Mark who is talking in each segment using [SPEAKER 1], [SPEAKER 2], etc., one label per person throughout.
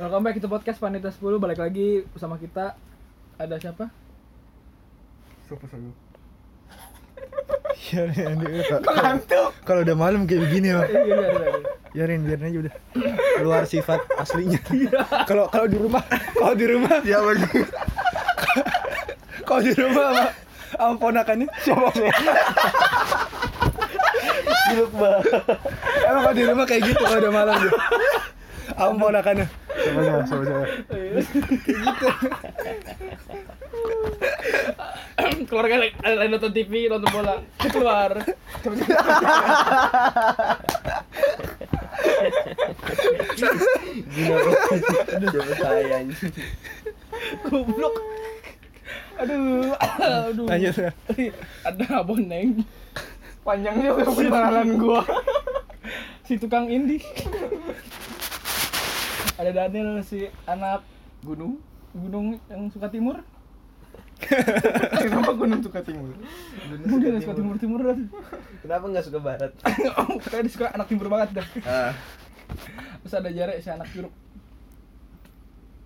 [SPEAKER 1] Welcome back to podcast Panitia 10 balik lagi bersama kita ada siapa?
[SPEAKER 2] Siapa saya?
[SPEAKER 3] Ya, Rin, ini udah- Kalau udah malam kayak begini loh.
[SPEAKER 1] Eh, Iya, ada lagi.
[SPEAKER 3] Ya Rin, biarin aja udah. Keluar sifat aslinya. Kalau kalau di rumah, kalau di rumah,
[SPEAKER 2] Ya lagi.
[SPEAKER 3] kalau di rumah sama sama ponakannya siapa sih?
[SPEAKER 2] Siluk banget.
[SPEAKER 3] Emang kalau di rumah kayak gitu kalau udah malam dia. Sama ponakannya.
[SPEAKER 2] Siapa saya? Siapa saya?
[SPEAKER 1] Keluarga lagi- lagi nonton TV, nonton bola, keluar.
[SPEAKER 4] Gila Siapa saya anjing?
[SPEAKER 1] Goblok. Aduh, aduh.
[SPEAKER 3] Lanjut ya.
[SPEAKER 1] ada boneng. Panjangnya udah perkenalan gua. si tukang indi. ada Daniel si anak gunung, gunung yang suka timur.
[SPEAKER 2] Kenapa gunung suka timur?
[SPEAKER 1] Mungkin yang suka timur-timur dan
[SPEAKER 4] Kenapa nggak suka barat?
[SPEAKER 1] kayak dia suka anak timur banget dah.
[SPEAKER 4] Ah,
[SPEAKER 1] Terus ada jarak si anak jeruk.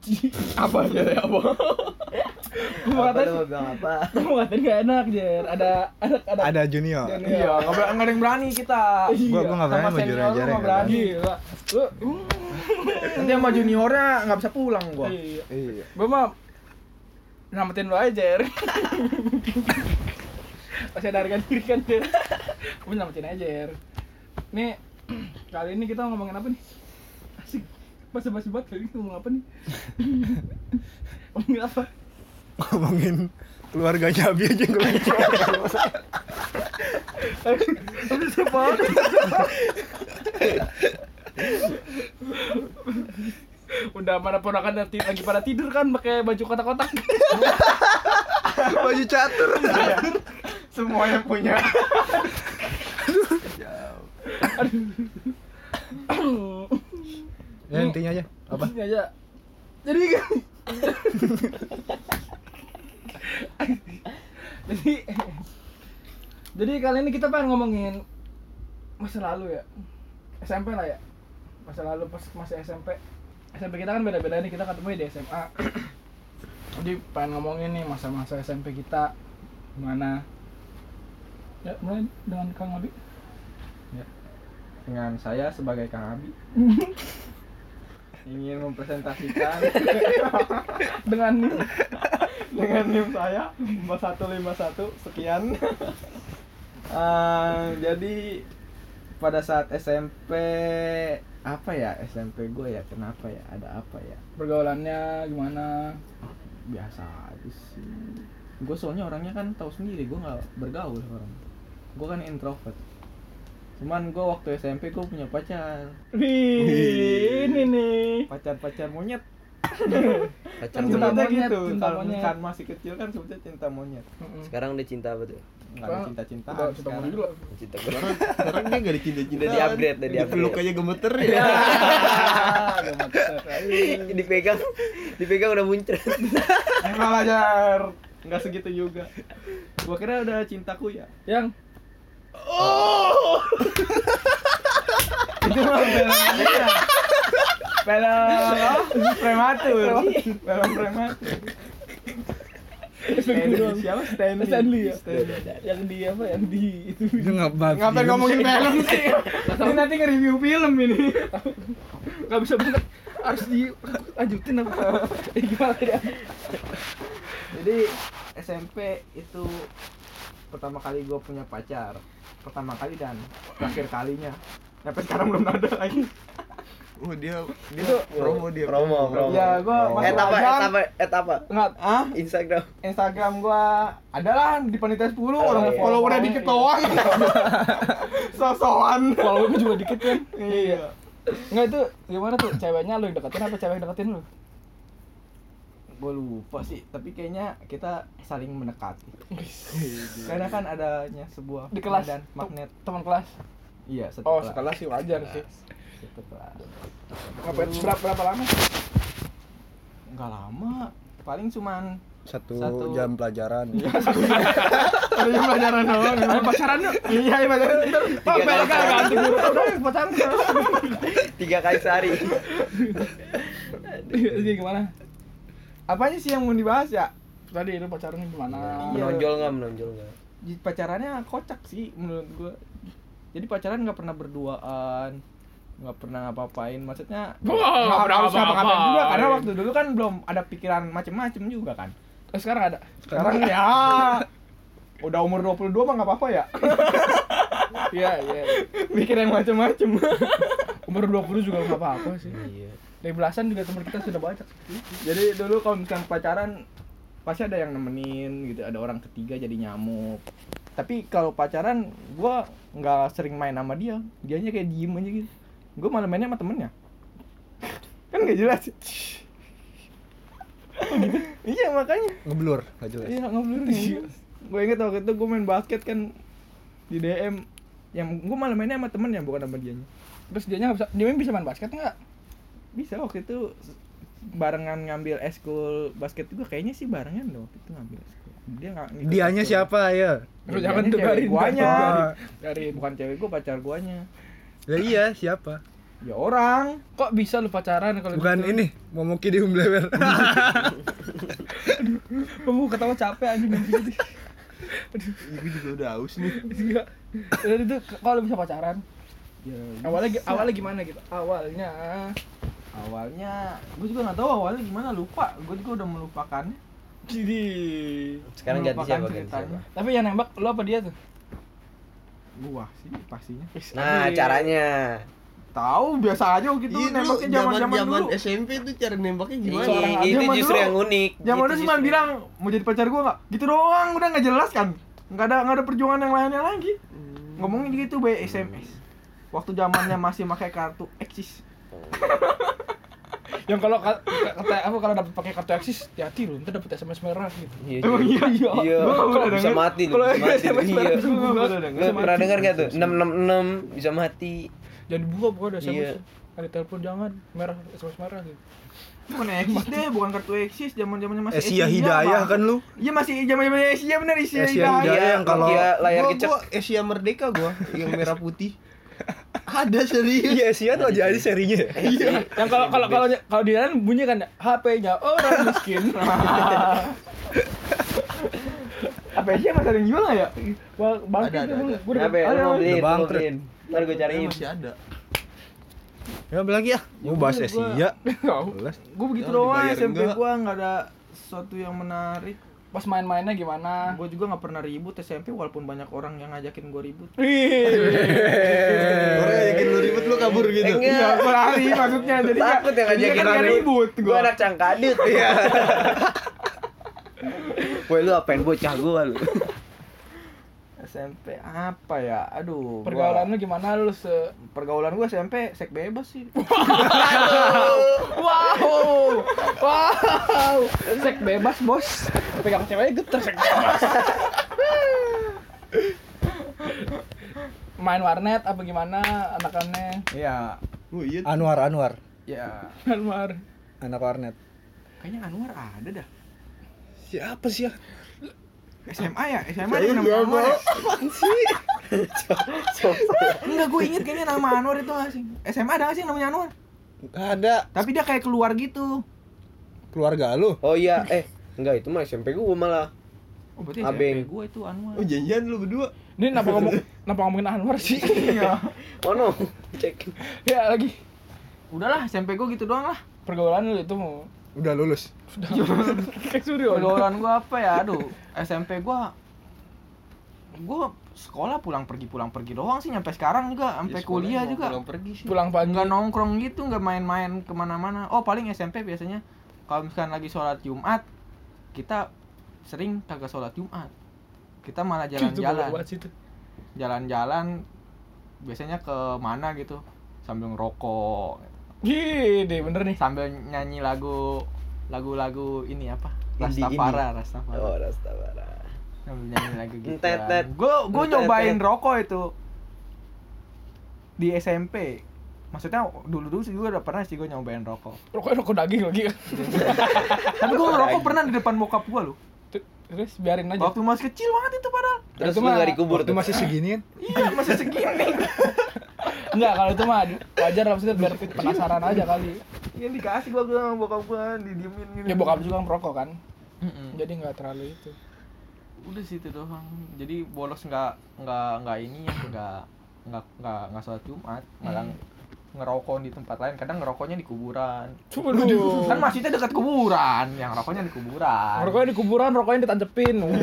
[SPEAKER 1] apa jarak apa? Gua
[SPEAKER 4] apa
[SPEAKER 1] ngatain,
[SPEAKER 4] lu mau bilang apa?
[SPEAKER 1] gua ngatain gak enak jer. Ada ada ada. Iya.
[SPEAKER 3] Ada junior.
[SPEAKER 2] Iya, nggak ber- nggak ada yang berani kita.
[SPEAKER 3] Gua gua enggak
[SPEAKER 2] Sama
[SPEAKER 3] berani sama junior
[SPEAKER 2] senior lu
[SPEAKER 3] aja.
[SPEAKER 2] nggak berani.
[SPEAKER 1] Gila. Lu hmm.
[SPEAKER 2] Nanti sama juniornya nggak bisa pulang gua.
[SPEAKER 1] Iya.
[SPEAKER 3] Iya.
[SPEAKER 1] Gua mah nyelamatin lu aja, Jer. Masih ada harga diri kan, Jer. Gua nyelamatin aja, Jer. Nih, kali ini kita ngomongin apa nih? Asik. Masih basi banget kali ini ngomong apa nih? ngomongin apa?
[SPEAKER 3] Ngomongin keluarganya Abi aja enggak lucu.
[SPEAKER 1] Tapi siapa? Udah mana ponakan nanti lagi pada tidur kan pakai baju kotak-kotak.
[SPEAKER 3] Baju catur.
[SPEAKER 2] Semua yang punya.
[SPEAKER 3] Ya intinya aja. Apa?
[SPEAKER 1] Ini aja. Jadi Jadi Jadi kali ini kita pengen ngomongin masa lalu ya. SMP lah ya. Masa lalu pas masih SMP. SMP kita kan beda-beda nih, kita ketemu di SMA. Jadi pengen ngomongin nih masa-masa SMP kita gimana. Ya, mulai dengan Kang Abi.
[SPEAKER 2] Dengan saya sebagai Kang Abi ingin mempresentasikan
[SPEAKER 1] Dengan
[SPEAKER 2] dengan NIM saya 4151 sekian. Eh, jadi pada saat SMP apa ya SMP gue ya kenapa ya ada apa ya
[SPEAKER 1] pergaulannya gimana?
[SPEAKER 2] biasa aja sih gue soalnya orangnya kan tahu sendiri gue nggak bergaul sama orang gue kan introvert cuman gue waktu SMP gue punya pacar
[SPEAKER 1] Wih, ini nih.
[SPEAKER 2] pacar pacar monyet
[SPEAKER 4] Pacar
[SPEAKER 2] kan
[SPEAKER 1] Cinta
[SPEAKER 2] sebutnya
[SPEAKER 4] monyet.
[SPEAKER 1] monyet,
[SPEAKER 2] gitu
[SPEAKER 1] cinta
[SPEAKER 2] kalau
[SPEAKER 1] monyet.
[SPEAKER 2] kan masih kecil kan sebutnya cinta monyet
[SPEAKER 4] Sekarang udah cinta apa tuh?
[SPEAKER 2] nggak ada cinta cintaan sekarang
[SPEAKER 4] Cinta gue
[SPEAKER 5] Sekarang dia gak dicinta-cinta
[SPEAKER 4] Udah di upgrade, udah di
[SPEAKER 5] Dipeluk
[SPEAKER 4] upgrade
[SPEAKER 5] aja gemeter ya
[SPEAKER 2] Ah,
[SPEAKER 4] Dipegang, dipegang udah muncrat
[SPEAKER 2] emang ajar nggak segitu juga gue kira udah cintaku ya
[SPEAKER 1] Yang
[SPEAKER 2] itu mah film Indonesia. film apa? prematur film prematur Stanley siapa Stanley
[SPEAKER 1] Stanley ya?
[SPEAKER 2] Stanley.
[SPEAKER 1] yang di apa? Yang di itu.
[SPEAKER 3] Itu enggak
[SPEAKER 2] Ngapain ngomongin film sih? ini nanti nge-review film ini.
[SPEAKER 1] Gak bisa banget. Harus dilanjutin apa? Eh, gimana ya?
[SPEAKER 2] Jadi SMP itu pertama kali gue punya pacar, pertama kali dan terakhir kalinya. Sampai sekarang belum ada lagi.
[SPEAKER 5] Oh dia, dia promo dia
[SPEAKER 4] Promo, promo
[SPEAKER 2] Ya gue masih
[SPEAKER 4] Etapa,
[SPEAKER 2] ajang.
[SPEAKER 4] etapa, etapa
[SPEAKER 2] Nggak, ah?
[SPEAKER 4] Instagram
[SPEAKER 2] Instagram gua adalah di panitia 10 orang
[SPEAKER 4] iya.
[SPEAKER 2] followernya dikit doang. Sosokan.
[SPEAKER 1] Follower gue juga dikit kan.
[SPEAKER 2] Iya.
[SPEAKER 1] Enggak itu gimana tuh? Ceweknya lu yang deketin apa cewek yang deketin lu?
[SPEAKER 2] Gue lupa sih, tapi kayaknya kita saling mendekati. Karena kan adanya sebuah
[SPEAKER 1] Di kelas
[SPEAKER 2] dan
[SPEAKER 1] Tem-
[SPEAKER 2] magnet.
[SPEAKER 1] Teman kelas.
[SPEAKER 2] Iya, satu
[SPEAKER 1] Oh,
[SPEAKER 2] kelas.
[SPEAKER 1] sekelas sih wajar sih.
[SPEAKER 2] Satu kelas.
[SPEAKER 1] Ngapain berapa berapa lama?
[SPEAKER 2] Enggak lama, paling cuman
[SPEAKER 3] Satu,
[SPEAKER 2] Satu.
[SPEAKER 3] jam pelajaran.
[SPEAKER 2] Iya pacaran doang.
[SPEAKER 1] Eh,
[SPEAKER 2] pacaran dong. Iya iya, pacaran. Ntar, Pak,
[SPEAKER 4] Tiga
[SPEAKER 2] PLK
[SPEAKER 4] kali.
[SPEAKER 2] ganti guru. Udah pacaran.
[SPEAKER 4] Tiga kali sehari
[SPEAKER 1] Jadi iya, gimana?
[SPEAKER 2] Apanya sih yang mau dibahas ya?
[SPEAKER 1] Tadi lu pacarannya gimana?
[SPEAKER 2] Iya.
[SPEAKER 4] Menonjol nggak menonjol nggak?
[SPEAKER 2] Jadi pacarannya kocak sih menurut gua. Jadi pacaran nggak pernah berduaan, nggak pernah ngapa-ngapain. Maksudnya
[SPEAKER 1] Wah,
[SPEAKER 2] nggak
[SPEAKER 1] nggak
[SPEAKER 2] pernah harus
[SPEAKER 1] ngapa-ngapain.
[SPEAKER 2] ngapa-ngapain juga karena waktu dulu kan belum ada pikiran macem-macem juga kan.
[SPEAKER 1] Eh, sekarang ada.
[SPEAKER 2] Sekarang ya udah umur 22 mah nggak apa-apa ya.
[SPEAKER 1] Iya, iya.
[SPEAKER 2] Mikir yang macem-macem.
[SPEAKER 1] Umur 20 juga nggak apa-apa sih.
[SPEAKER 4] Iya.
[SPEAKER 1] Dari belasan juga teman kita sudah banyak.
[SPEAKER 2] Jadi dulu kalau misalnya pacaran pasti ada yang nemenin gitu, ada orang ketiga jadi nyamuk. Tapi kalau pacaran gua nggak sering main sama dia, dianya kayak diem aja gitu. Gua malah mainnya sama temennya. Kan nggak jelas. Iya makanya.
[SPEAKER 3] Ngeblur, nggak jelas.
[SPEAKER 2] Iya ngobrol Gue inget waktu itu gue main basket kan di DM yang gue malah mainnya sama temennya bukan sama dianya.
[SPEAKER 1] Terus dianya nggak bisa, dia bisa main basket nggak?
[SPEAKER 2] Bisa waktu itu barengan ngambil eskul basket juga kayaknya sih barengan dong waktu itu ngambil eskul. Dia nggak ngikut
[SPEAKER 3] Dianya
[SPEAKER 2] eskul.
[SPEAKER 3] siapa ya?
[SPEAKER 1] Lu
[SPEAKER 2] Dianya
[SPEAKER 1] jangan
[SPEAKER 2] cewek
[SPEAKER 1] tebarin
[SPEAKER 2] guanya.
[SPEAKER 1] Dari
[SPEAKER 2] Bukan cewek gue pacar guanya.
[SPEAKER 3] Ya iya, siapa?
[SPEAKER 2] Ya orang.
[SPEAKER 1] kok bisa lu pacaran kalau
[SPEAKER 3] Bukan
[SPEAKER 1] gitu?
[SPEAKER 3] ini, Momoki di Umblewer.
[SPEAKER 1] Kamu ketawa capek anjing gitu.
[SPEAKER 5] Gue juga udah haus nih.
[SPEAKER 1] Enggak. Dan itu kalau bisa pacaran,
[SPEAKER 2] Ya,
[SPEAKER 5] Iya.
[SPEAKER 1] awalnya gi-
[SPEAKER 2] bisa.
[SPEAKER 1] awalnya gimana gitu? Awalnya
[SPEAKER 2] awalnya gue juga nggak tahu awalnya gimana lupa. Gue juga udah melupakan.
[SPEAKER 1] jadi
[SPEAKER 4] Sekarang ganti
[SPEAKER 2] Melupakan
[SPEAKER 4] siapa ganti
[SPEAKER 2] kan ceritanya.
[SPEAKER 4] siapa?
[SPEAKER 1] tapi yang nembak lu apa dia tuh?
[SPEAKER 2] Gua sih pastinya.
[SPEAKER 4] Nah
[SPEAKER 2] Iya.
[SPEAKER 4] caranya.
[SPEAKER 2] Tahu biasa aja gitu
[SPEAKER 5] Iya, dulu
[SPEAKER 2] nembaknya zaman-zaman
[SPEAKER 5] zaman
[SPEAKER 2] dulu.
[SPEAKER 5] SMP tuh cara nembaknya
[SPEAKER 6] Iya.
[SPEAKER 5] gimana?
[SPEAKER 1] Seorang
[SPEAKER 4] Ini
[SPEAKER 1] aja
[SPEAKER 4] itu
[SPEAKER 2] mah
[SPEAKER 4] justru
[SPEAKER 2] dulu.
[SPEAKER 4] yang unik.
[SPEAKER 2] Zaman
[SPEAKER 6] Gitu
[SPEAKER 4] Itu
[SPEAKER 2] dulu cuma
[SPEAKER 4] justru.
[SPEAKER 2] bilang mau jadi pacar gua nggak? Gitu doang, udah nggak jelas kan? Nggak ada nggak ada perjuangan yang lainnya lagi. Ngomongnya gitu by SMS. Waktu zamannya masih pakai kartu eksis.
[SPEAKER 1] Yang kalau ka- kata aku kalau dapat pakai kartu eksis, hati-hati lu, ntar dapat SMS merah gitu.
[SPEAKER 4] Iya.
[SPEAKER 2] Emang
[SPEAKER 4] cuy.
[SPEAKER 2] iya iya.
[SPEAKER 4] Iya.
[SPEAKER 2] Gua nggak pernah
[SPEAKER 4] Bisa
[SPEAKER 2] denger.
[SPEAKER 4] mati lu.
[SPEAKER 2] Kalau
[SPEAKER 4] Bisa mati lu.
[SPEAKER 2] SMS
[SPEAKER 4] Iya.
[SPEAKER 2] bareng gua nggak pernah
[SPEAKER 4] Lu
[SPEAKER 2] denger.
[SPEAKER 4] pernah dengar gak tuh? 666 bisa mati.
[SPEAKER 1] Jangan dibuka buka ada
[SPEAKER 4] Iya.
[SPEAKER 1] SMS. Ada telepon jangan merah SMS merah gitu.
[SPEAKER 2] Bukan eksis deh, bukan kartu eksis, zaman-zamannya masih
[SPEAKER 3] Esia
[SPEAKER 2] Esia
[SPEAKER 3] Hidayah
[SPEAKER 2] mah.
[SPEAKER 3] kan lu?
[SPEAKER 2] Iya masih zaman-zamannya Esia bener Esia,
[SPEAKER 3] Esia Hidayah.
[SPEAKER 2] Hidayah.
[SPEAKER 3] yang kalau-
[SPEAKER 4] Iya, layar
[SPEAKER 5] Gua-
[SPEAKER 4] kecek.
[SPEAKER 5] Gua Asia Merdeka gua, yang merah putih. Ada serius.
[SPEAKER 3] Iya, Esia tuh aja aja serinya.
[SPEAKER 4] Iya.
[SPEAKER 1] Yang kalau kalau kalau kalau di lain bunyi kan HP-nya orang miskin.
[SPEAKER 2] Apa Esia masih ada yang jual nggak ya?
[SPEAKER 1] Wah,
[SPEAKER 5] Ada,
[SPEAKER 1] bangkit
[SPEAKER 5] ada,
[SPEAKER 1] emang.
[SPEAKER 5] ada.
[SPEAKER 1] Gua udah-
[SPEAKER 4] Apa ya? Lu
[SPEAKER 2] Ada.
[SPEAKER 4] mau beliin,
[SPEAKER 3] Udah
[SPEAKER 4] lu mau
[SPEAKER 3] bangkrut.
[SPEAKER 4] beliin. Ntar gue
[SPEAKER 5] Kayaknya
[SPEAKER 4] cariin.
[SPEAKER 5] masih ada.
[SPEAKER 3] Ya apa lagi ya? Mau bahas Esia. Jelas.
[SPEAKER 2] Gue begitu
[SPEAKER 5] Jangan
[SPEAKER 2] doang
[SPEAKER 5] dibayar
[SPEAKER 2] SMP
[SPEAKER 5] enggak.
[SPEAKER 2] gua nggak ada sesuatu yang menarik.
[SPEAKER 1] Pas main-mainnya gimana?
[SPEAKER 2] Gue juga nggak pernah ribut SMP walaupun banyak orang yang ngajakin gue ribut.
[SPEAKER 5] Orang yakin lu ribet lu kabur
[SPEAKER 4] Eh,
[SPEAKER 5] gitu.
[SPEAKER 4] enggak.
[SPEAKER 2] Iya, gue lari maksudnya jadi
[SPEAKER 4] Takut ya ngajakin
[SPEAKER 2] kan nggak
[SPEAKER 4] ribut.
[SPEAKER 2] ribut
[SPEAKER 4] Gue
[SPEAKER 2] gue.
[SPEAKER 4] anak cangkadut. Iya. Woi lu apain bocah gue lu?
[SPEAKER 2] SMP apa ya? Aduh. gua-
[SPEAKER 1] Pergaulan lu gimana lu se
[SPEAKER 2] pergaulan gue SMP sek bebas sih. Oh,
[SPEAKER 1] Wow, wow, sek bebas bos. Pegang ceweknya geter sek bebas. Main warnet apa gimana anakannya?
[SPEAKER 2] Iya.
[SPEAKER 5] Oh iya.
[SPEAKER 3] Anwar Anwar,
[SPEAKER 2] Ya.
[SPEAKER 1] Main warnet.
[SPEAKER 3] anak warnet.
[SPEAKER 2] Kayaknya Anwar ada dah.
[SPEAKER 3] Siapa sih ya?
[SPEAKER 2] SMA ya? SMA ada nama Anwar. ya? Enggak gue inget kayaknya nama Anwar itu nggak sih. SMA ada nggak sih namanya Anwar?
[SPEAKER 3] Nggak ada
[SPEAKER 2] Tapi dia kayak keluar gitu.
[SPEAKER 3] keluarga lu.
[SPEAKER 4] Oh iya, eh enggak itu mah SMP gue malah.
[SPEAKER 2] Oh, berarti
[SPEAKER 4] Abeng.
[SPEAKER 2] SMP gue itu Anwar.
[SPEAKER 5] Oh janjian lu berdua.
[SPEAKER 1] Ini kenapa ngomong kenapa ngomongin Anwar sih?
[SPEAKER 2] Iya.
[SPEAKER 4] Oh no, cek.
[SPEAKER 1] ya lagi
[SPEAKER 2] Udahlah, SMP gue gitu doang lah.
[SPEAKER 1] pergaulan lu itu mau
[SPEAKER 3] Udah lulus.
[SPEAKER 1] kayak Suryo.
[SPEAKER 2] Pergaulan gue apa ya? Aduh, SMP gue gue sekolah pulang pergi pulang pergi doang sih nyampe sekarang juga sampai
[SPEAKER 5] Ya,
[SPEAKER 2] kuliah
[SPEAKER 5] sekolahnya mau
[SPEAKER 2] juga
[SPEAKER 5] Pulang pergi sih.
[SPEAKER 1] Pulang pagi.
[SPEAKER 2] nggak nongkrong gitu nggak main-main kemana-mana oh paling SMP biasanya kalau misalkan lagi sholat Jumat kita sering kagak sholat Jumat kita malah
[SPEAKER 1] Itu boleh
[SPEAKER 2] jalan-jalan
[SPEAKER 1] buat situ.
[SPEAKER 2] jalan-jalan biasanya ke mana gitu sambil ngerokok
[SPEAKER 1] Gini bener nih.
[SPEAKER 2] sambil nyanyi lagu lagu-lagu ini apa
[SPEAKER 4] Indie,
[SPEAKER 2] Rastafara
[SPEAKER 4] Oh
[SPEAKER 2] Rastafara
[SPEAKER 4] Rastafara.
[SPEAKER 2] sambil nyanyi lagu gitu
[SPEAKER 4] Entetet.
[SPEAKER 2] gue gue
[SPEAKER 4] Entetet.
[SPEAKER 2] nyobain rokok itu di SMP maksudnya dulu dulu sih gue udah pernah sih gue nyobain rokok
[SPEAKER 1] Rokoknya rokok daging lagi.
[SPEAKER 2] tapi gue ngerokok pernah di depan bokap gue loh
[SPEAKER 1] Terus biarin aja.
[SPEAKER 2] waktu masih kecil banget itu padahal
[SPEAKER 4] Terus
[SPEAKER 1] Itu
[SPEAKER 4] lu
[SPEAKER 1] mah-
[SPEAKER 4] nggak dikubur
[SPEAKER 3] Waktu
[SPEAKER 4] tuh?
[SPEAKER 3] masih segini kan?
[SPEAKER 2] iya masih segini
[SPEAKER 1] Enggak, kalau itu mah wajar lah maksudnya biar penasaran aja kali.
[SPEAKER 2] Ini dikasih gua gua sama bokap gua didiemin gitu.
[SPEAKER 1] ya bokap juga merokok kan
[SPEAKER 2] Mm-mm.
[SPEAKER 1] jadi nggak terlalu itu
[SPEAKER 2] udah sih itu doang jadi bolos nggak nggak nggak ini nggak nggak nggak nggak sholat jumat malah ngerokok di tempat lain kadang ngerokoknya di kuburan
[SPEAKER 1] Waduh.
[SPEAKER 2] kan masjidnya dekat kuburan yang rokoknya di kuburan
[SPEAKER 1] Rokoknya di kuburan, rokoknya ditancepin. Wah.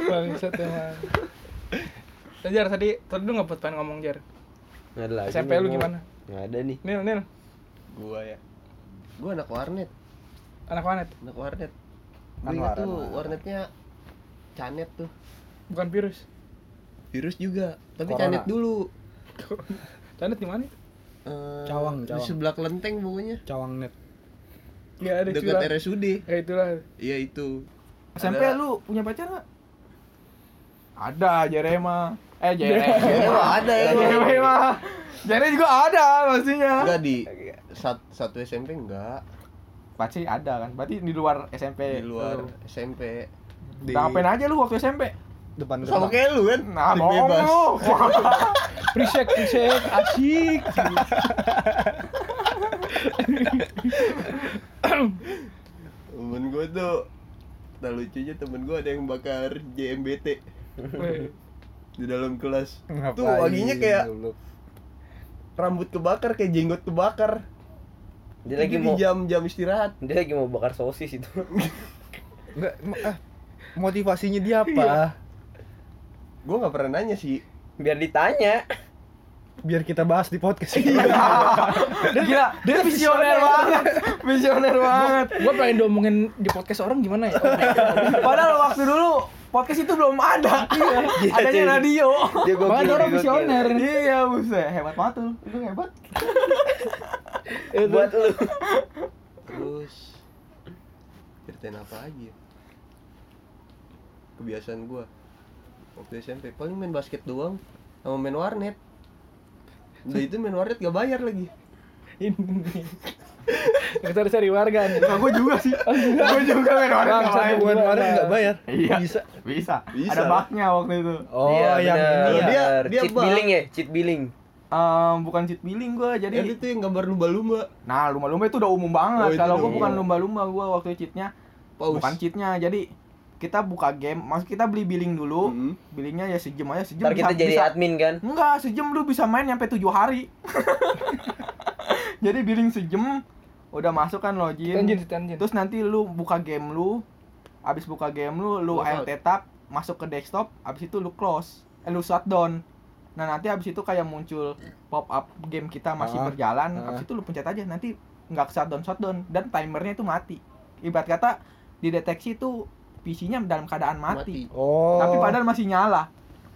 [SPEAKER 1] Bangsat emang. Ya, Jar, tadi tadi lu nggak pengen ngomong Jar.
[SPEAKER 4] Nggak ada lagi.
[SPEAKER 1] SMP lu
[SPEAKER 4] ngomong.
[SPEAKER 1] gimana?
[SPEAKER 4] Nggak ada nih.
[SPEAKER 1] Nil, Nil,
[SPEAKER 5] Gua ya.
[SPEAKER 4] Gua anak warnet,
[SPEAKER 1] anak wanet,
[SPEAKER 4] anak warnet. Gua
[SPEAKER 2] Kan
[SPEAKER 4] ingat tuh
[SPEAKER 2] warnet.
[SPEAKER 4] warnetnya canet tuh.
[SPEAKER 1] bukan virus.
[SPEAKER 4] Virus juga, tapi
[SPEAKER 2] Corona.
[SPEAKER 4] canet dulu.
[SPEAKER 1] Canet di mana?
[SPEAKER 4] Eh,
[SPEAKER 3] Cawang,
[SPEAKER 4] di
[SPEAKER 3] Cawang.
[SPEAKER 4] sebelah kelenteng pokoknya
[SPEAKER 3] Cawang net.
[SPEAKER 1] Nggak
[SPEAKER 2] Iya,
[SPEAKER 1] ada
[SPEAKER 4] dekat
[SPEAKER 1] cula.
[SPEAKER 4] RSUD
[SPEAKER 1] Ya itulah.
[SPEAKER 4] iya itu
[SPEAKER 2] SMP
[SPEAKER 4] Ada-
[SPEAKER 2] lu punya pacar nggak ada Jerema eh
[SPEAKER 4] Ya,
[SPEAKER 2] Jerema
[SPEAKER 4] emang ada ya
[SPEAKER 2] Jerema Jere juga ada pastinya
[SPEAKER 4] enggak di sat- satu SMP enggak
[SPEAKER 2] pasti ada kan berarti di luar SMP
[SPEAKER 4] di luar
[SPEAKER 2] lu.
[SPEAKER 4] SMP
[SPEAKER 2] Udah Nah, ngapain aja lu waktu SMP
[SPEAKER 3] Depan gerbang.
[SPEAKER 4] sama kayak lu kan
[SPEAKER 2] nah
[SPEAKER 4] Di
[SPEAKER 2] bohong
[SPEAKER 4] bebas.
[SPEAKER 2] lu
[SPEAKER 1] Prisek, prisek, asik.
[SPEAKER 4] temen gue tuh nah lucunya temen gue ada yang bakar JMBT
[SPEAKER 1] Weh.
[SPEAKER 4] di dalam kelas
[SPEAKER 3] Ngapain,
[SPEAKER 4] tuh wanginya kayak
[SPEAKER 3] goblok?
[SPEAKER 4] rambut kebakar kayak jenggot kebakar
[SPEAKER 6] Dia lagi
[SPEAKER 4] Itu
[SPEAKER 6] mau
[SPEAKER 4] di jam jam istirahat
[SPEAKER 6] dia lagi mau bakar sosis itu.
[SPEAKER 3] Enggak, mo- ah, motivasinya dia apa?
[SPEAKER 4] gue nggak pernah nanya sih
[SPEAKER 6] Biar ditanya.
[SPEAKER 3] Biar kita bahas di podcast.
[SPEAKER 2] gila dia visioner banget visioner banget
[SPEAKER 1] Gua pengen diomongin di podcast orang gimana ya?
[SPEAKER 2] padahal waktu dulu podcast itu belum ada adanya radio
[SPEAKER 6] Dia gokil,
[SPEAKER 1] Makanya
[SPEAKER 6] dia
[SPEAKER 1] orang
[SPEAKER 6] gokil.
[SPEAKER 1] visioner.
[SPEAKER 2] iya buset hebat banget tuh lu hebat
[SPEAKER 6] Buat lu.
[SPEAKER 4] terus ceritain apa aja ya? kebiasaan gue waktu SMP paling main basket doang sama main warnet udah itu main warnet gak bayar lagi
[SPEAKER 1] Ini. Kita harus cari warga nih.
[SPEAKER 2] nah, gua juga sih gua juga main warnet
[SPEAKER 1] Bang,
[SPEAKER 2] ngapain.
[SPEAKER 1] bukan warnet
[SPEAKER 3] Enggak bayar.
[SPEAKER 2] iya
[SPEAKER 3] Bisa.
[SPEAKER 2] bisa
[SPEAKER 4] Bisa.
[SPEAKER 2] ada baknya waktu itu
[SPEAKER 3] Oh,
[SPEAKER 6] Iya,
[SPEAKER 3] yang
[SPEAKER 6] bener.
[SPEAKER 3] ini ya.
[SPEAKER 4] Dia- dia
[SPEAKER 6] cheat
[SPEAKER 4] bak.
[SPEAKER 6] billing ya, cheat billing.
[SPEAKER 2] Ehm, bukan cheat billing gua jadi
[SPEAKER 4] Jadi itu yang gambar lumba-lumba
[SPEAKER 2] nah lumba-lumba itu udah umum
[SPEAKER 4] Oh,
[SPEAKER 2] banget
[SPEAKER 4] itu
[SPEAKER 2] kalau
[SPEAKER 4] udah
[SPEAKER 2] gua bukan
[SPEAKER 4] umum. Oh,
[SPEAKER 2] lumba-lumba gua waktu cheatnya
[SPEAKER 4] paus
[SPEAKER 2] bukan cheatnya jadi kita buka game maksud kita beli billing dulu
[SPEAKER 4] Mhm.
[SPEAKER 2] billingnya ya sejam aja sejam
[SPEAKER 6] Ntar kita
[SPEAKER 2] bisa-
[SPEAKER 6] jadi
[SPEAKER 2] bisa-
[SPEAKER 6] admin kan.
[SPEAKER 2] Enggak, sejam lu bisa main sampai tujuh hari. Jadi billing sejam udah masuk kan login.
[SPEAKER 1] Tanjin, tanjin.
[SPEAKER 2] Terus nanti lu buka game lu. Abis buka game lu, lu
[SPEAKER 4] Lockout.
[SPEAKER 2] ALT tab, masuk ke desktop, abis itu lu close, eh, lu shutdown. Nah, nanti abis itu kayak muncul pop up game kita masih
[SPEAKER 3] Ah,
[SPEAKER 2] berjalan,
[SPEAKER 3] ah.
[SPEAKER 2] abis itu lu pencet aja nanti nggak ke shutdown shutdown dan timernya itu mati. Ibarat kata dideteksi itu PC-nya dalam keadaan mati.
[SPEAKER 3] Oh.
[SPEAKER 2] Tapi padahal masih nyala.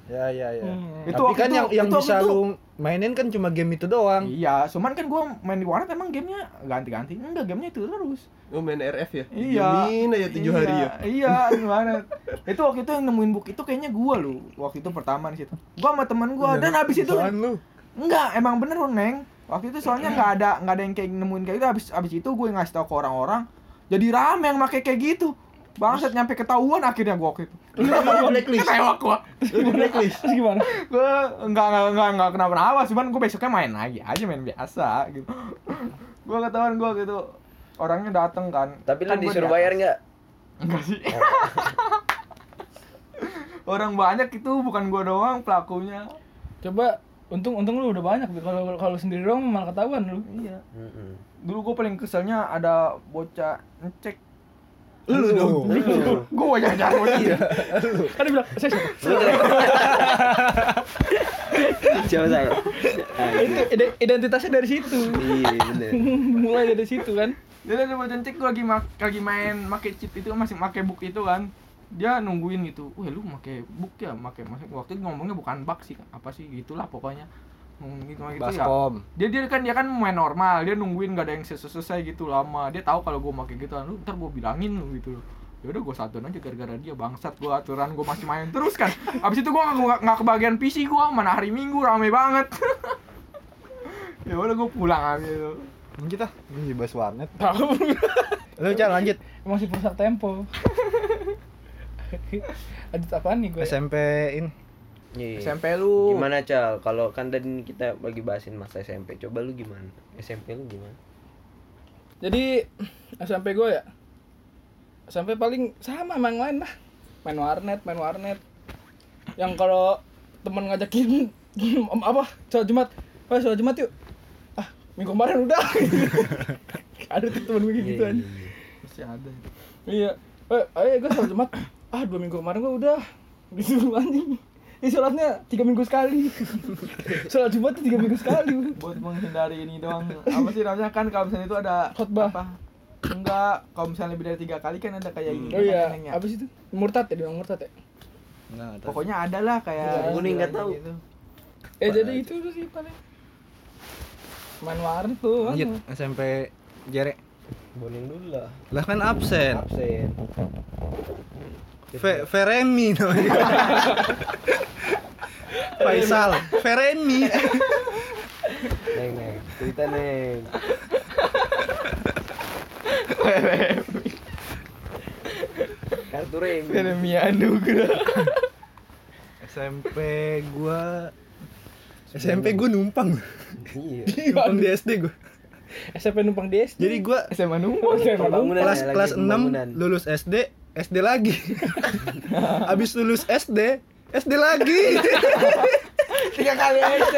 [SPEAKER 3] Ya, ya, ya.
[SPEAKER 1] Hmm.
[SPEAKER 2] Itu
[SPEAKER 3] Tapi
[SPEAKER 2] waktu
[SPEAKER 3] kan
[SPEAKER 2] itu-
[SPEAKER 3] yang yang
[SPEAKER 2] itu waktu
[SPEAKER 3] bisa
[SPEAKER 2] itu-
[SPEAKER 3] lu mainin kan cuma game itu doang.
[SPEAKER 2] Iya, cuman kan gua main di warnet emang gamenya ganti-ganti. Enggak, gamenya itu terus.
[SPEAKER 4] Oh main RF ya?
[SPEAKER 2] Iya.
[SPEAKER 4] Dijamin aja 7
[SPEAKER 2] Iya,
[SPEAKER 4] hari ya
[SPEAKER 2] Iya, di warnet. itu waktu itu yang nemuin buku itu kayaknya gua lu. Waktu itu pertama di situ. Gua sama temen gua Iya. dan habis itu
[SPEAKER 3] Apaan Iya, lu?
[SPEAKER 2] enggak, emang bener lu, Neng. Waktu itu soalnya nggak ada nggak ada yang kayak nemuin kayak gitu. Habis habis itu gue ngasih tahu ke orang-orang. Jadi rame yang make kayak gitu. Bangsat nyampe ketahuan akhirnya gua waktu itu.
[SPEAKER 4] blacklist
[SPEAKER 2] Tewak gua.
[SPEAKER 4] Lu di blacklist
[SPEAKER 1] Terus gimana?
[SPEAKER 2] gue nggak nggak nggak nggak kenapa-napa cuman gue besoknya main lagi aja main biasa gitu gue ketahuan gue gitu orangnya dateng kan
[SPEAKER 6] Tapi lu
[SPEAKER 2] Kan gua
[SPEAKER 6] disuruh
[SPEAKER 2] di atas.
[SPEAKER 6] bayar enggak?
[SPEAKER 2] enggak sih orang banyak itu bukan gue doang pelakunya
[SPEAKER 1] Coba untung untung lu udah banyak Bi. kalau kalau sendiri doang malah ketahuan lu.
[SPEAKER 2] iya
[SPEAKER 6] Heeh.
[SPEAKER 2] dulu gue paling keselnya ada bocah ngecek
[SPEAKER 3] Lu dong.
[SPEAKER 2] gue jajan bocil
[SPEAKER 1] Kan dia bilang, "Saya siapa?"
[SPEAKER 6] Siapa saya?
[SPEAKER 1] itu ide- identitasnya dari situ
[SPEAKER 6] Iya, bener.
[SPEAKER 1] mulai dari situ kan
[SPEAKER 2] jadi ada bocah ngecek gue lagi mak lagi main make cheat itu masih make book itu kan dia nungguin gitu wah lu make book ya make maksud waktu itu ngomongnya bukan bug sih apa sih gitulah pokoknya ngomong gitu gitu ya
[SPEAKER 3] Baskom.
[SPEAKER 2] dia dia kan dia kan main normal dia nungguin gak ada yang selesai selesai gitu lama dia tahu kalau gue make gitu lu ntar gue bilangin lu gitu loh ya udah gue satuin aja gara-gara dia bangsat gue aturan gue masih main terus kan abis itu gue nggak nggak kebagian PC gue mana hari minggu rame banget ya udah gue pulang abis itu
[SPEAKER 3] Lanjut ah. Ini bahas warnet.
[SPEAKER 1] tahu
[SPEAKER 3] Lu Chan lanjut.
[SPEAKER 1] masih perusak tempo lanjut apaan nih ya? gue
[SPEAKER 3] SMP in
[SPEAKER 6] Iya.
[SPEAKER 2] SMP lu
[SPEAKER 6] Gimana Cal? Kalau kan tadi kita lagi bahasin masa SMP. Coba lu gimana? SMP lu gimana?
[SPEAKER 1] Jadi SMP gue ya SMP paling sama sama yang lain lah Main warnet, main warnet Yang kalau temen ngajakin om apa sholat Jumat Pak sholat Jumat yuk Ah minggu kemarin udah Ada tuh temen gue kayak gitu aja
[SPEAKER 2] masih ada
[SPEAKER 1] Iya Eh ayo gue sholat Jumat Ah dua minggu kemarin gue udah Disuruh anjing Ini sholatnya tiga minggu sekali Sholat Jumat tuh tiga minggu sekali
[SPEAKER 2] buat menghindari ini doang apa sih namanya kan kalau misalnya itu ada
[SPEAKER 1] Khotbah.
[SPEAKER 2] apa? enggak kalau misalnya lebih dari tiga kali kan ada kayak
[SPEAKER 6] Hmm.
[SPEAKER 2] ini
[SPEAKER 1] Oh iya,
[SPEAKER 2] kan, neneknya.
[SPEAKER 1] apa sih itu? Murtad ya, dibilang murtad ya?
[SPEAKER 2] pokoknya ada lah kayak
[SPEAKER 6] Gua nih nggak tahu.
[SPEAKER 2] gitu.
[SPEAKER 1] Eh jadi itu tuh sih paling main warnet tuh
[SPEAKER 3] lanjut
[SPEAKER 1] kan.
[SPEAKER 3] SMP jere
[SPEAKER 6] Bonin dulu lah.
[SPEAKER 3] lah kan absen
[SPEAKER 6] Absen.
[SPEAKER 3] Fe Feremi namanya Faisal Feremi
[SPEAKER 6] Neng, neng. Cerita neng. Kartu remi.
[SPEAKER 3] SMP gua SMP gua numpang
[SPEAKER 6] Iya.
[SPEAKER 3] numpang di SD gua
[SPEAKER 1] SMP numpang di SD.
[SPEAKER 3] jadi gua
[SPEAKER 2] SMA nunggu
[SPEAKER 1] Oh, SMA numpang.
[SPEAKER 6] Pembangunan.
[SPEAKER 3] kelas
[SPEAKER 6] ya, lagi
[SPEAKER 3] kelas
[SPEAKER 6] pembangunan.
[SPEAKER 3] 6 lulus SD SD lagi habis lulus SD SD lagi
[SPEAKER 2] tiga kali SD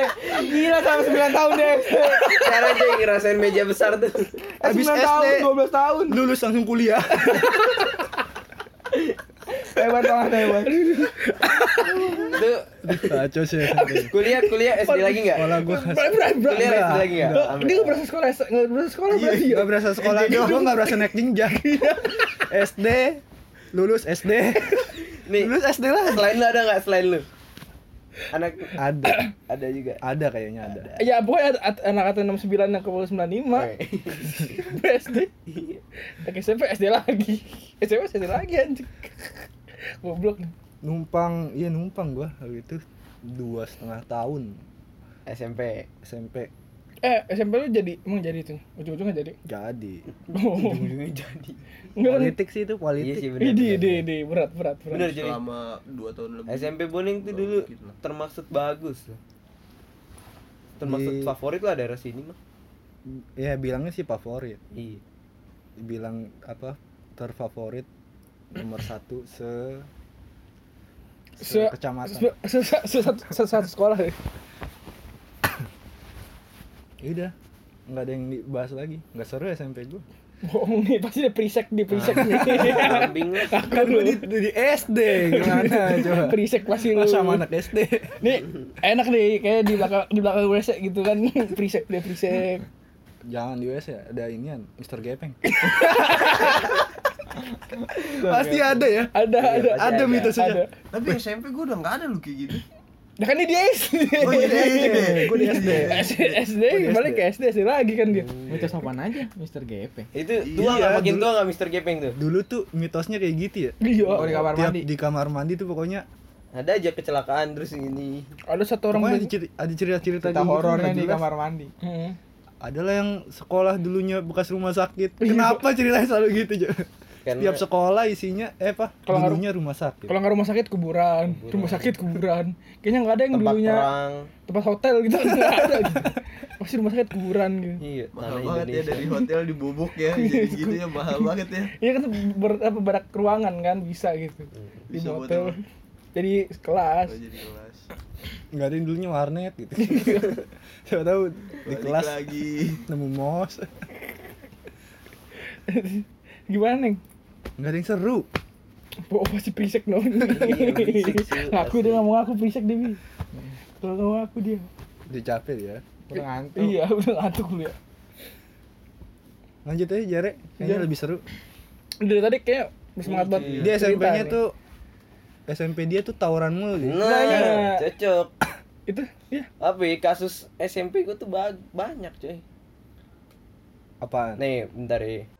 [SPEAKER 2] gila sama sembilan tahun deh
[SPEAKER 6] Cara aja yang ngerasain meja besar tuh.
[SPEAKER 3] habis
[SPEAKER 2] Sembilan tahun
[SPEAKER 3] SD
[SPEAKER 2] dua belas tahun
[SPEAKER 3] lulus langsung kuliah
[SPEAKER 2] hebat banget hebat
[SPEAKER 6] Tuh
[SPEAKER 3] kacau sih SMP
[SPEAKER 6] kuliah kuliah SD lagi nggak?
[SPEAKER 3] malah gua kas-
[SPEAKER 1] Bra- bra- bra-
[SPEAKER 6] Kuliah
[SPEAKER 1] bra.
[SPEAKER 6] SD lagi ya? nggak?
[SPEAKER 1] Nggak, Dia nggak berasa sekolah, nggak berasa sekolah
[SPEAKER 3] Iya,
[SPEAKER 1] berarti ya?
[SPEAKER 3] nggak berasa sekolah doang, gua nggak berasa naik jenjang. SD, lulus SD,
[SPEAKER 6] Nih
[SPEAKER 3] lulus SD lah.
[SPEAKER 6] selain lu ada nggak selain lu? Anak
[SPEAKER 3] Ada,
[SPEAKER 6] ada juga.
[SPEAKER 3] ada kayaknya ada.
[SPEAKER 1] Ya pokoknya ada- ada anak angkatan 69 yang kepala 95 SD Iya. Oke SMP SD lagi SMP SD lagi anjing Goblok nih
[SPEAKER 3] Numpang, iya numpang gua waktu itu dua setengah tahun
[SPEAKER 6] SMP.
[SPEAKER 3] SMP
[SPEAKER 1] Eh SMP lu jadi, emang jadi itu? Ujung-ujungnya jadi?
[SPEAKER 3] jadi.
[SPEAKER 1] Oh,
[SPEAKER 6] Ujung-ujungnya jadi.
[SPEAKER 1] enggak kan?
[SPEAKER 3] Politik sih itu
[SPEAKER 6] Iya
[SPEAKER 3] politik.
[SPEAKER 6] sih benar.
[SPEAKER 1] Ide, ide, ide, berat, berat,
[SPEAKER 6] Bener
[SPEAKER 1] berat
[SPEAKER 6] jadi.
[SPEAKER 4] selama 2 tahun lebih
[SPEAKER 6] SMP Boning tuh
[SPEAKER 4] Nggak
[SPEAKER 6] dulu
[SPEAKER 4] mungkin lah.
[SPEAKER 6] termaksud bagus loh. Termaksud
[SPEAKER 3] Di-
[SPEAKER 6] favorit lah daerah sini mah.
[SPEAKER 3] Ya bilangnya sih favorit.
[SPEAKER 6] Iya.
[SPEAKER 3] Bilang apa? Terfavorit nomor satu se se
[SPEAKER 1] Se-
[SPEAKER 3] kecamatan.
[SPEAKER 1] Se- se- se- se- satu- se- Satu sekolah ya?
[SPEAKER 3] Ya udah, nggak ada yang dibahas lagi. Nggak seru ya SMP gua.
[SPEAKER 1] bohong nih pasti dia prisek di prisek nih
[SPEAKER 6] Kambing lah.
[SPEAKER 3] Kan gua di, di SD gimana coba?
[SPEAKER 1] prisek pasti lu
[SPEAKER 3] Pas sama anak SD.
[SPEAKER 1] nih enak nih kayak di belakang di belakang WC gitu kan prisek dia prisek
[SPEAKER 3] Jangan di US ya, ada inian, Mr. Gepeng. Pasti ada ya.
[SPEAKER 1] ada
[SPEAKER 6] Iya,
[SPEAKER 1] ada
[SPEAKER 6] pasti
[SPEAKER 3] Ada
[SPEAKER 6] ada.
[SPEAKER 1] ada
[SPEAKER 3] mitosnya.
[SPEAKER 5] Tapi SMP gue udah nggak ada lu kayak gitu.
[SPEAKER 1] nah kan ini dia SD
[SPEAKER 5] Oh iya, iya, iya.
[SPEAKER 3] Gue di SD.
[SPEAKER 1] SD balik ke SD SD lagi kan dia
[SPEAKER 2] mitos apaan aja Mister GP
[SPEAKER 6] Itu tua
[SPEAKER 3] Iya,
[SPEAKER 6] nggak makin
[SPEAKER 3] dulu.
[SPEAKER 6] tua nggak Mr. Gepeng tuh?
[SPEAKER 3] Dulu tuh mitosnya kayak gitu ya.
[SPEAKER 2] Oh,
[SPEAKER 1] iya
[SPEAKER 2] di kamar
[SPEAKER 3] Tiap
[SPEAKER 2] mandi
[SPEAKER 3] di kamar mandi tuh pokoknya
[SPEAKER 6] Ada aja kecelakaan terus ini.
[SPEAKER 1] ada satu orang
[SPEAKER 3] pokoknya ada
[SPEAKER 1] beli- Hmm.
[SPEAKER 3] ceri- ada cerita-cerita
[SPEAKER 2] kita
[SPEAKER 3] kayak gitu,
[SPEAKER 2] horor
[SPEAKER 3] nggak
[SPEAKER 2] di
[SPEAKER 3] jelas.
[SPEAKER 2] kamar mandi
[SPEAKER 1] Heeh.
[SPEAKER 3] Ada lah yang sekolah dulunya bekas rumah sakit. Kenapa ceritanya selalu gitu, Jo?
[SPEAKER 4] Kan
[SPEAKER 6] Karena-
[SPEAKER 3] Tiap sekolah isinya eh apa?
[SPEAKER 1] Kalau nggak-
[SPEAKER 3] Dulunya rumah sakit.
[SPEAKER 1] kalau nggak rumah sakit kuburan rumah sakit kuburan kayaknya nggak ada yang
[SPEAKER 6] Tempat
[SPEAKER 1] dulunya
[SPEAKER 6] perang.
[SPEAKER 1] tempat hotel gitu nggak ada gitu pasti rumah sakit kuburan gitu
[SPEAKER 6] Iya.
[SPEAKER 4] mahal
[SPEAKER 6] tanah
[SPEAKER 4] banget ya
[SPEAKER 6] Indonesia.
[SPEAKER 4] dari hotel dibubuk ya jadi gitu ya mahal banget ya
[SPEAKER 1] Iya kan ber, apa, barak ruangan kan bisa gitu. Di
[SPEAKER 4] Bisa buat
[SPEAKER 1] motel.
[SPEAKER 4] apa?
[SPEAKER 1] Jadi
[SPEAKER 4] Oh,
[SPEAKER 1] kelas.
[SPEAKER 4] jadi kelas
[SPEAKER 3] Nggak ada yang dulunya warnet gitu. Siapa tahu di
[SPEAKER 4] Balik
[SPEAKER 3] kelas
[SPEAKER 4] lagi
[SPEAKER 3] nemu mos.
[SPEAKER 1] Gimana neng?
[SPEAKER 3] Nggak ada yang seru.
[SPEAKER 1] Oh pasti prisek dong.
[SPEAKER 6] Iya, Hmm. berisik sih,
[SPEAKER 1] Aku
[SPEAKER 6] pasti.
[SPEAKER 1] dia nggak mau aku prisek dia. Bi. Kalau nggak mau aku dia.
[SPEAKER 3] Udah capek ya.
[SPEAKER 2] udah ngantuk
[SPEAKER 1] Iya udah ngantuk lu ya.
[SPEAKER 3] Lanjut aja Jare, kayaknya
[SPEAKER 1] Iya.
[SPEAKER 3] lebih seru.
[SPEAKER 1] Dari tadi kayak
[SPEAKER 6] Iya,
[SPEAKER 1] semangat banget.
[SPEAKER 4] Iya.
[SPEAKER 3] Dia
[SPEAKER 1] cerita
[SPEAKER 3] SMP-nya
[SPEAKER 1] nih.
[SPEAKER 3] tuh SMP dia tuh tawuran mulu dia.
[SPEAKER 6] Nah,
[SPEAKER 1] iya.
[SPEAKER 6] cocok.
[SPEAKER 1] itu ya
[SPEAKER 6] Tapi kasus SMP gue tuh ba- banyak coy.
[SPEAKER 3] Apaan?
[SPEAKER 6] Nih, bentar ya.